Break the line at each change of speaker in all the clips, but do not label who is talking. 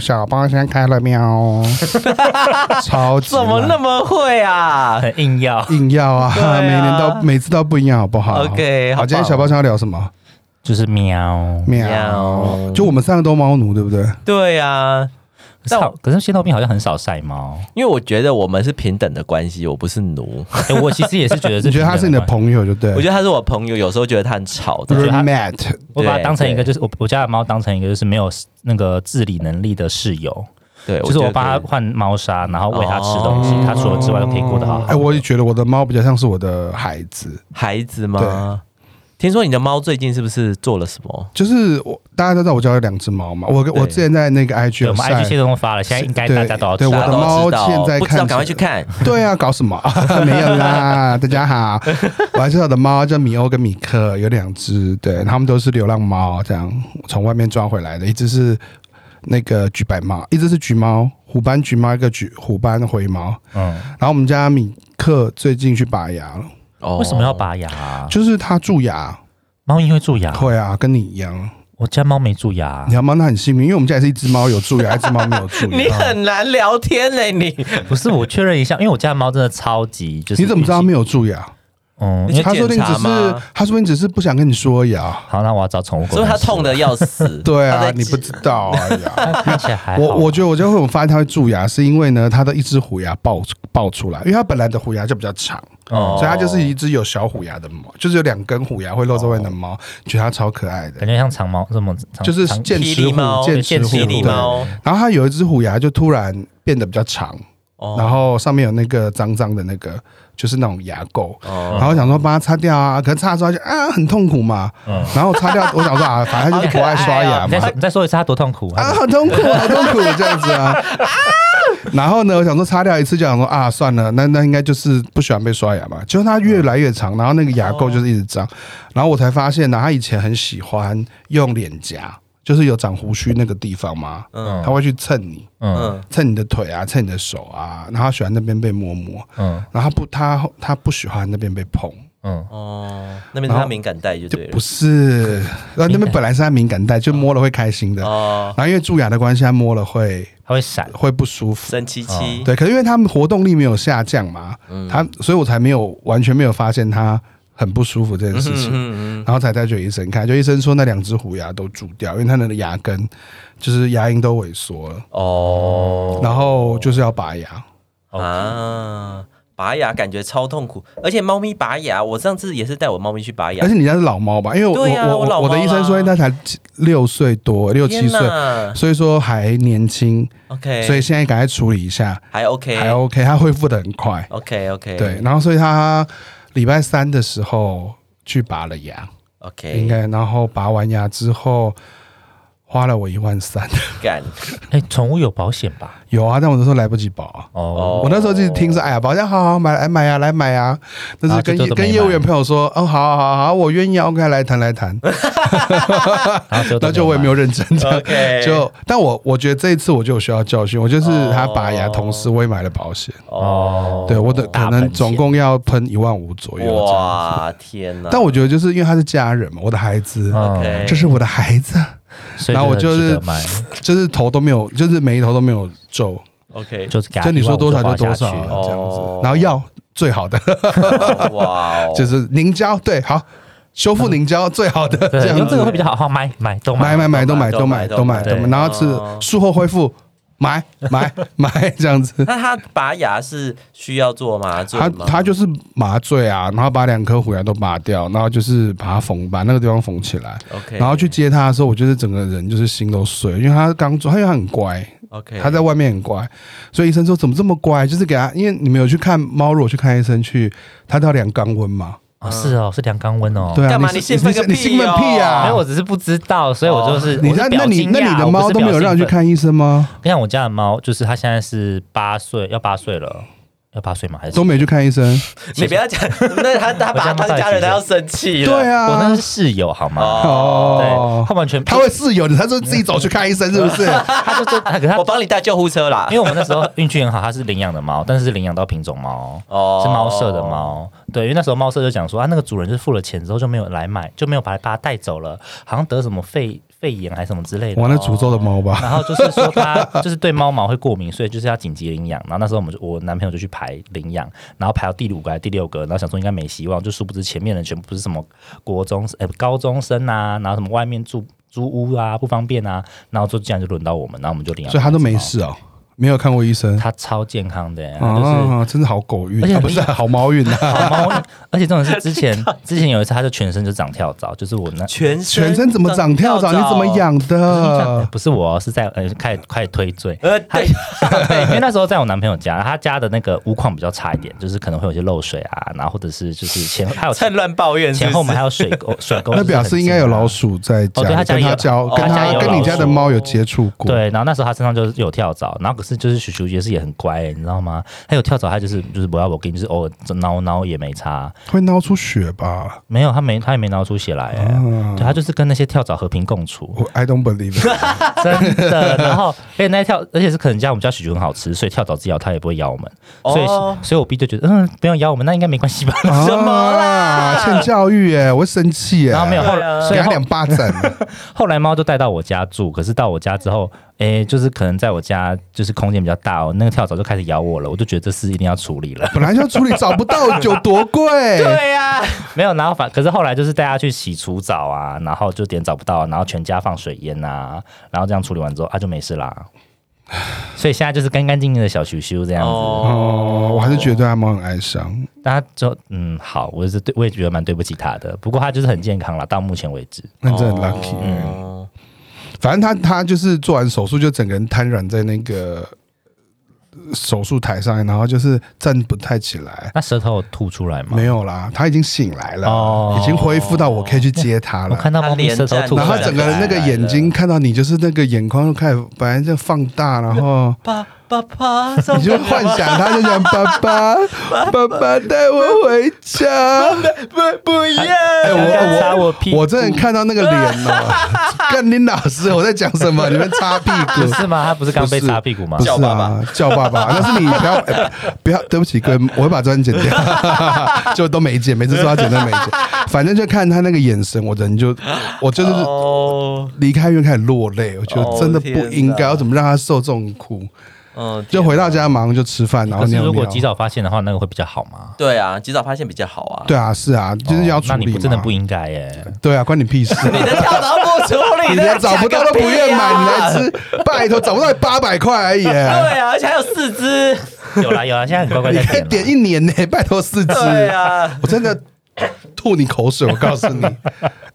小包厢开了 喵，超级
怎么
烂
那么会啊？
很硬要，
硬要啊？
对啊
每年都每次都不一样，好不好
OK，
好，
好
今天
棒
小包厢要聊什么？
就是喵。
喵，就我们三个都猫奴，对不对？
对啊，但
但
我
可是仙豆冰好像很少晒 猫。
因为我觉得我们是平等的关系，我不是奴。
哎，我其实也是觉得这，
你觉得他是你的
友？
朋友，就对了。
我觉得他是我朋友，有时候觉得他很嗯吵
觉
的
得。他
Matt，
我把它当成一个，
对
就是我我家的猫当成一个就是没有那个自理能力的室友，
对，
就是
觉
我
得
帮它
可以
换猫砂，然后喂它吃东西，
哦
它除了之外都可以过得好好的。
哎，我也觉得我的猫比较像是我的孩子，
孩子吗？听说你的猫最近是不是做了什么？
就是我大家都知道我家有两只猫嘛，我我
对
之前在那个 IG
对我
有
们 IG
晒
现。在都发了，现在应该
对
大家都要知
对我
大
道
家
的
都
了。
猫
知道
现在
不知
看
道，
起
赶快去看。
对啊，搞什么？ 没有啦，大家好，我还是我的猫叫米欧跟米克，有两只，对，它们都是流浪猫，这样从外面抓回来的，一只是那个橘白猫，一只是橘猫，虎斑橘猫，一个橘虎斑灰猫。
嗯，
然后我们家米克最近去拔牙了，
哦
为什么要？拔牙啊？
就是它蛀牙，
猫因为蛀牙，
会啊，跟你一样。
我家猫没 蛀牙
你，家猫那很幸运，因为我们家也是一只猫有蛀牙，一只猫没有蛀
你
牙。
很难聊天嘞、你
不是我确认一下，因为我家的猫真的超级就是。
你怎么知道它没有蛀牙？
嗯，
你
因为
去
他说不定只
检查
是
吗，
他说不定只是不想跟你说呀。。
好，那我要找宠物狗。
所以他痛的要死
对
它
啊，
在
你不知道哎呀。
但看起来还好。
我我觉得我就会我发现它会蛀牙，是因为呢，它的一只虎牙爆爆出来，因为它本来的虎牙就比较长，
哦
所以它就是一只有小虎牙的猫，就是有两根虎牙会露在外面的猫，觉得它超可爱的
感，觉像长毛这么长，
就是
长
剑齿
霹雳
虎
猫，
剑齿
剑
虎，
齿
霹
对。
雳猫，
然后它有一只虎牙就突然变得比较长，然
哦
后上面有那个脏脏的那个，就是那种牙垢，然
哦，
后我想说帮它擦掉啊，可是擦的时候它就啊很痛苦嘛，
嗯
然后我擦掉，我想说啊，反正它就是不爱刷牙嘛
你再，说你再说一次，它多痛苦
啊好痛苦，好痛 苦这样子啊。然后呢，我想说擦掉一次就想说啊，算了，那那应该就是不喜欢被刷牙嘛。结果它越来越
哦
长，然后那个牙垢就是一直长，然后我才发现呢，它以前很喜欢用脸颊，就是有长胡须那个地方嘛，
嗯
它会去蹭你，
嗯
嗯，
蹭你的腿啊，蹭你的手啊，然后它喜欢那边被摸摸，
嗯
然后它不，它它不喜欢那边被碰。
嗯，
哦，那边是
然
他
后
敏感带就
就
对了
不。是，然后那边本来是他敏感带，就摸了会开心的。
哦，
然后因为蛀牙的关系，他摸了会
它会闪。
会不舒服。
生七七，
啊对，可是因为他们活动力没有下降嘛，
嗯
他所以我才没有完全没有发现他很不舒服这件事情，
嗯嗯嗯，
然后才带去给医生看，就医生说那两只虎牙都蛀掉，因为他的牙根就是牙龈都萎缩了，
哦，
然后就是要拔牙。
啊，拔牙感觉超痛苦，而且猫咪拔牙，我上次也是带我猫咪去拔牙
而，且你家是老猫吧？因为我、
对啊
我
我老
我的医生
猫
说
啦
他才七六岁多，六七岁，
岁
所以说还年轻，
，OK，
所以现在赶快处理一下。
还 OK，
还 OK，他恢复的很快。
OK OK，
对，然后所以他礼拜三的时候去拔了牙，应
，OK，
该，然后拔完牙之后花了我一万三，
干，
哎，宠物有保险吧？
有啊，但我那时候来不及保啊。
哦，
我那时候就是听说，哎呀，保险好好买来买呀，来买呀。但
然
是
后
跟
就都没
跟业务员
买
朋友说，哦，好好好好，我愿意啊，OK，来谈来谈。
然后 就
那就我也没有认真 的
OK
就但我我觉得这一次我就有需要教训，我就是他拔牙，
哦
同时我也买了保险，
哦，
对我的
大
可能
本
总
钱
共要喷一万五左右。这样
哇，天哪！
但我觉得就是因为他是家人嘛，我的孩子，
嗯
OK，
这是我的孩子，
所以
然后我
真的
就是
值得买
就是头都没有，就是眉头都没有皱，
OK，
就是给它
就你说
一万五
多少就多
花下
少
去
这
哦
样子。然后药最好的
哇哦，
就是凝胶，对，好修复凝胶最好的这
对，
样
用这个
子，
会比较好，好买买都
买
买。
买买都买都
都
买
买
都买
都买
都买，
对
然后
哦
是术后恢复买买 买这样 子。
那他拔牙是需要做麻醉
他
吗？
他就是麻醉啊，然后把两颗虎牙都拔掉，然后就是把它缝，把那个地方缝起来。
OK，
然后去接他的时候，我就是整个人就是心都碎了，因为他刚做，他又很乖，
OK，
他在外面很乖，所以医生说怎么这么乖，就是给他，因为你们有去看猫，如果去看医生去，他到量肛温嘛，
哦是哦，是量肛温哦。
对啊，
干嘛
你是
你兴奋
你是
个
你
屁
兴奋屁
哦
啊！哦
没有，我只是不知道，所以我就是
你
我是
那那
表
你
惊
那你
讶
的
我不
猫
是
都没有
表
让你去
兴奋
看医生 吗？
你看我家的猫，就是它现在是八岁，要八岁了，要八岁吗？还是
都没去看医生？
你不要讲，那他他把
我家猫
他
到底
家人，
几岁
他要生气了。
对
我那
啊
是，室友好吗？对，
哦
他，完全
他会室友的，他说自己走去看医生是不是？
他就就他可是他
我帮你带救护车啦
因。为我们那时候运气很好，它是领养的猫，但是是领养到品种猫，
哦
是猫舍的。猫。对，因为那时候猫舍就讲说啊，那个主人就是付了钱之后就没有来买，就没有把把它带走了，好像得什么肺肺炎还是什么之类 的
我。那诅咒的猫吧，
然后就是说它 就是对猫毛会过敏，所以就是要紧急领养。然后那时候我们就我男朋友就去排领养，然后排到第五个还是第六个，然后想说应该没希望，就殊不知前面的全部是什么国中呃高中生啊，然后什么外面住租屋啊不方便啊，然后就竟然就轮到我们，然后我们就领养。
所以它都没，事哦，没有看过医生。
它超健康的、欸，它就是。
啊，真是好狗运
而且
啊，不是好猫运啊，
好猫咪，而且这种是之前之前有一次，它就全身就长跳蚤，就是我那
全身
全身怎么长跳蚤？你怎么？养的？
不是我，是在呃开始开始推罪，
呃，对，
对，因为那时候在我男朋友家，他家的那个屋况比较差一点，就是可能会有一些漏水啊，然后或者是就是前还有
趁乱抱怨是不是，
前后门还有水沟水沟，
那表示应该有老。鼠在
哦对
家
它
里，
家
跟
里
它
有
交，
哦
跟
它家
它
有
跟你家的猫有接触过。，
对，然后那时候他身上就是有跳蚤，然后可是就是许叔也是也很乖、你知道吗？他有跳蚤，他就是就是不要我给你，就是偶尔挠挠也没差，
会挠出血吧？
没有他没他也没挠出血来、欸，对他就是跟那些跳蚤和平共处。
我 I don't believe it。
真的。然后，而且那一跳，而且是可能家我们家许菊很好吃，所以跳蚤只咬它也不会咬我们。所以
哦，
所以我 B 就觉得，嗯，不要咬我们，那应该没关系吧？
什么啦
啊欠教育耶！我会生气耶！
然后没有 后
对啊
来，所
给
以
他
后
两巴掌。啊
后来猫就带到我家住，可是到我家之后，诶，就是可能在我家就是空间比较大哦，那个跳蚤就开始咬我了，我就觉得这事一定要处理 了。
本来就要处理，找不 到有多贵？
对呀、
没有，然后反可是后来就是带它去洗除蚤啊，然后就点找不到，然后全家放水淹呐、然后这样处理完之后啊就没事啦。所以现在就是干干净净的小羞羞这样子。
哦，我还是觉得对他猫很哀伤。
那他就嗯好，我是对，我也觉得蛮对不起他的。不过他就是很健康了，到目前为止。
那真的很
哦
lucky，、
嗯，
反正他他就是做完手术就整个人瘫软在那个呃手术台上，然后就是站不太起来。
那舌头有吐出来吗？
没有啦，他已经醒来了，
哦
已经恢复到我可以去接他
我
了。
看到猫咪舌头吐出
然
来
后
了，
他整个人那个眼睛看到你，就是那个眼眶就开始本来就放大，然 后
爸爸爸，送
你就
爸爸
幻想他就讲爸 爸，爸爸带我回家。
不不一样，
哎，我
刚刚
我
擦我屁股
我真的看到那个脸 了。干林老师，我在讲什么？你们擦屁股
不是吗？他不是刚被
不是
擦屁股吗
不？是
叫爸爸
啊，叫爸 爸，那是你不要、哎不要，对不起 各位，我会把这段剪掉， 就都没剪，每次说要剪都没 剪，反正就看他那个眼神，我人就我就是
哦，
离开医院开始落泪，我觉
哦
得真的不应
天
该，
哪
我怎么让他受这种苦？
嗯，
就回到家马上就吃饭，然后
可是
尿
如果
尿。
及早发现的话，那个会比较好吗？
对啊，及早发现比较好啊。
对啊，是啊，就是要
哦
处
那
理
你
嘛。
不真的不应该耶。
对啊，关你屁事！
你的跳蚤不处理，
你连找不到都不愿买，你来
吃。
吃，拜托，找不到八百块而已耶。
对啊，而且还有四只。
有啦有啦，现在很乖乖
你
在
可以
点
哎点
了。
一年呢、拜托四只。
对啊，
我真的吐你口水，我告诉 你。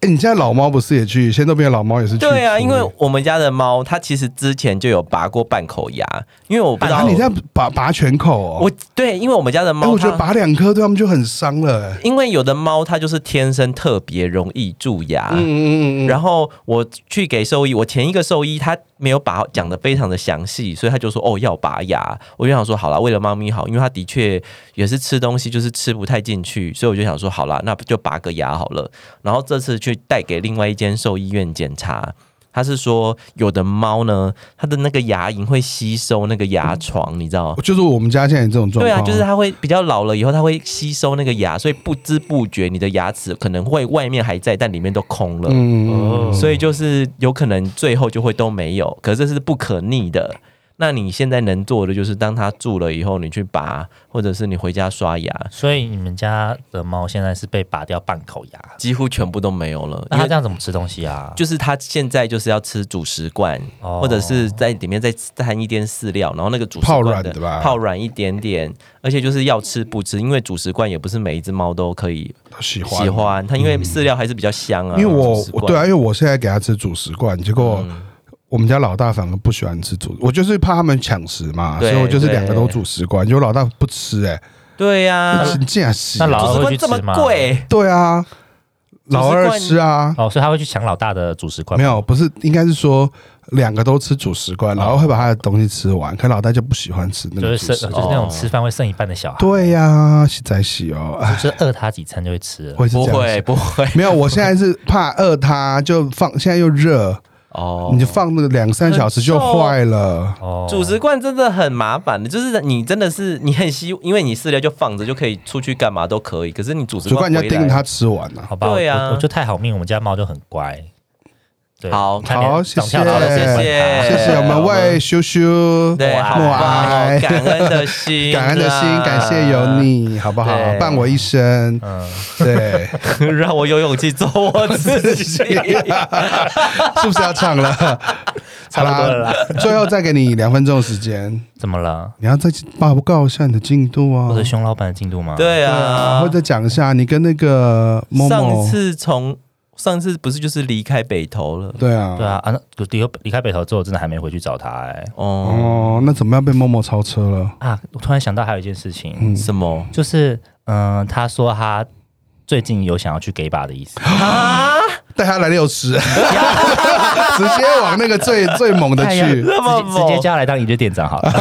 哎、你现在老猫不是也去？现在那边的老猫也是去。
对啊，因为我们家的猫，它其实之前就有拔过半口牙，因为我不知
啊，
道
你这样拔拔全口哦。
我对，因为我们家的
哎、
猫，
我觉得
它
拔两颗对他们就很伤了、哎
因为有的猫它就是天生特别容易蛀牙。
嗯嗯嗯嗯。
啊然后我去给兽医，我前一个兽医他没有把讲的非常的详细，所以他就说哦要拔牙，我就想说好啦，为了猫咪好，因为它的确也是吃东西就是吃不太进去，所以我就想说好啦，那不就拔个牙好了。然后这次去带给另外一间兽医院检查，他是说有的猫呢，它的那个牙龈会吸收那个牙床，你知道吗？
就是我们家现在也这种状
对
况。
啊，就是它会比较老了以后，它会吸收那个牙，所以不知不觉你的牙齿可能会外面还在，但里面都空了。
嗯。嗯嗯
哦
所以就是有可能最后就会都没有，可是这是不可逆的。那你现在能做的就是，当它蛀了以后，你去拔，或者是你回家刷牙，
所以你们家的猫现在是被拔掉半口牙，
几乎全部都没有了。
嗯
因
那它
为
这样怎么吃东西啊？
就是它现在就是要吃主食罐，
哦
或者是在里面再掺一点饲料，然后那个主食
泡
罐
软
的
的吧
泡软一点点，而且就是要吃不吃，因为主食罐也不是每一只猫都可以
喜欢嗯
喜欢它，因为饲料还是比较香啊。
因为我
主食
我
罐
对啊，因为我现在给它吃主食罐，结果
嗯
我们家老大反而不喜欢吃主，我就是怕他们抢食嘛，所
对
以我就是两个都
对
主食罐，结果老大不吃、哎、
对呀、
你竟然洗
那老
主
二
食
会
罐
去
这么
吃吗？
贵，
对啊，老
主食
二
罐
吃啊，
哦，所以他会去抢老大的主食罐。
没有，不是，应该是说两个都吃主食
哦
罐，然后会把他的东西吃完，可老大就不喜欢吃那
就
个
是
主
剩，
食
啊
就
罐。
是那种吃饭会剩一半的小孩，
对呀、洗仔洗哦， 哎
就是饿他几餐就会吃了。
会是
不
这样
会
子。
不会
没有，我现在是怕饿它，就放，现在又热，
哦
你就放那个两三小时就坏了。
哦，
主食罐真的很麻烦的，就是你真的是你很希，因为你饲料就放着就可以出去干嘛都可以，可是你主食
主罐
罐
你要
回来
盯着它吃完啊。
好吧，我
对啊
我我就太好命，我们家猫就很乖，对，
好
差点
好，谢
长
谢，
跳到了
谢
谢
谢
谢谢我们为羞羞
对，好
默
棒
哀
哦，感恩的心，啊
感恩的心，感谢有，你，好不好
对？
伴我一生，
嗯，
对，
让我有勇气做我自 己。
是不是要唱了？
差不多了啦
好啦，最后再给你两分钟的时间，
怎么了？
你要再报告一下你的进度啊
我。的熊老板的进度吗？，
对啊
或，者讲一下你跟那个某
上
某，
次从上次不是就是离开北投了？
对啊，
对啊，啊，那离开离开北投之后，真的还没回去找他哎、
哦，
哦，那怎么样被某某超车了？
啊！我突然想到还有一件事情，
嗯，
什么
就是嗯、他说他最近有想要去 gay 吧的意思，
啊？
带他来六十， 直接往 那个最最猛的
哎呀
去。
那么
直接直接
猛
叫他来当营业店长好了。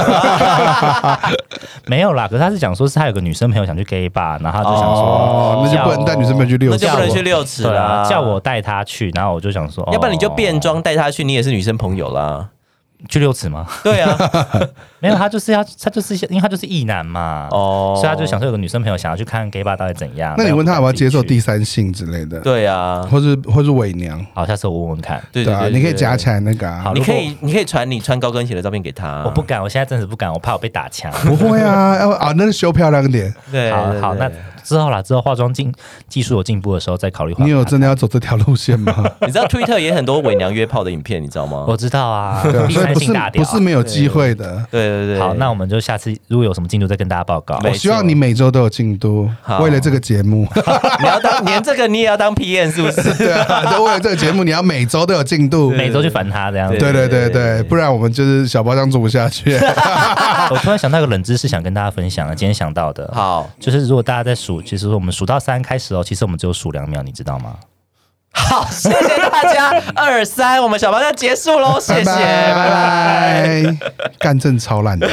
没有啦，可是他是讲说是他有个女生朋友想去 gay 吧，然后他就想说，
哦，那就不能带女生们去六
那
十，
就不能去六尺
对
啦
啊，，叫我带他去，然后我就想说，
要不然你就
哦
变装带他去，你也是女生朋友啦。
去六尺吗？
对啊，
没有，他就是要他就是因为他就是异男嘛，
哦，
所以他就想说有个女生朋友想要去看 gay 吧到底怎样。
那你问他要不要接受
第？
第三性之类的，
对啊，
或是或是伪娘，
好，下次我问问看。
对
对啊，你可以夹起
来。
来那个啊
好。
你可
如
以，你可以传你穿高跟鞋的照片给他。
我不敢，我现在暂时不敢，我怕我被打枪。
不会啊，要啊，那就修漂亮点。
对，
好
对
好，
对
那之后啦，之后化妆进技术有进步的时候再考虑化
哦
妆。
你有真的要走这条路线吗？
你知道 Twitter 也很多伪娘约炮的影片，你知道吗？
我知道啊，
对 啊，
第
所以
三
不
性
是
大
不
屌。
是没有机会的。
对对对，
好，那我们就下次如果有什么进度再跟大家报告。
没
我
错
希望你每周都有进度，
好
为了这个节目，
你要当连这个你也要当 PM 是不 是？
对啊，就为了这个节目，你要每周都有进度。
每周去烦他这样子。
对对对
对
对，不然我们就是小包厢做不下去。
我突然想到一个冷知识，想跟大家分享啊，今天想到的。
好，
就是如果大家在数，其实我们数到三开始哦，其实我们只有数两秒，你知道吗？
好，谢谢大家，二三，我们小包要结束喽，谢谢，拜拜。
拜，干正超烂的。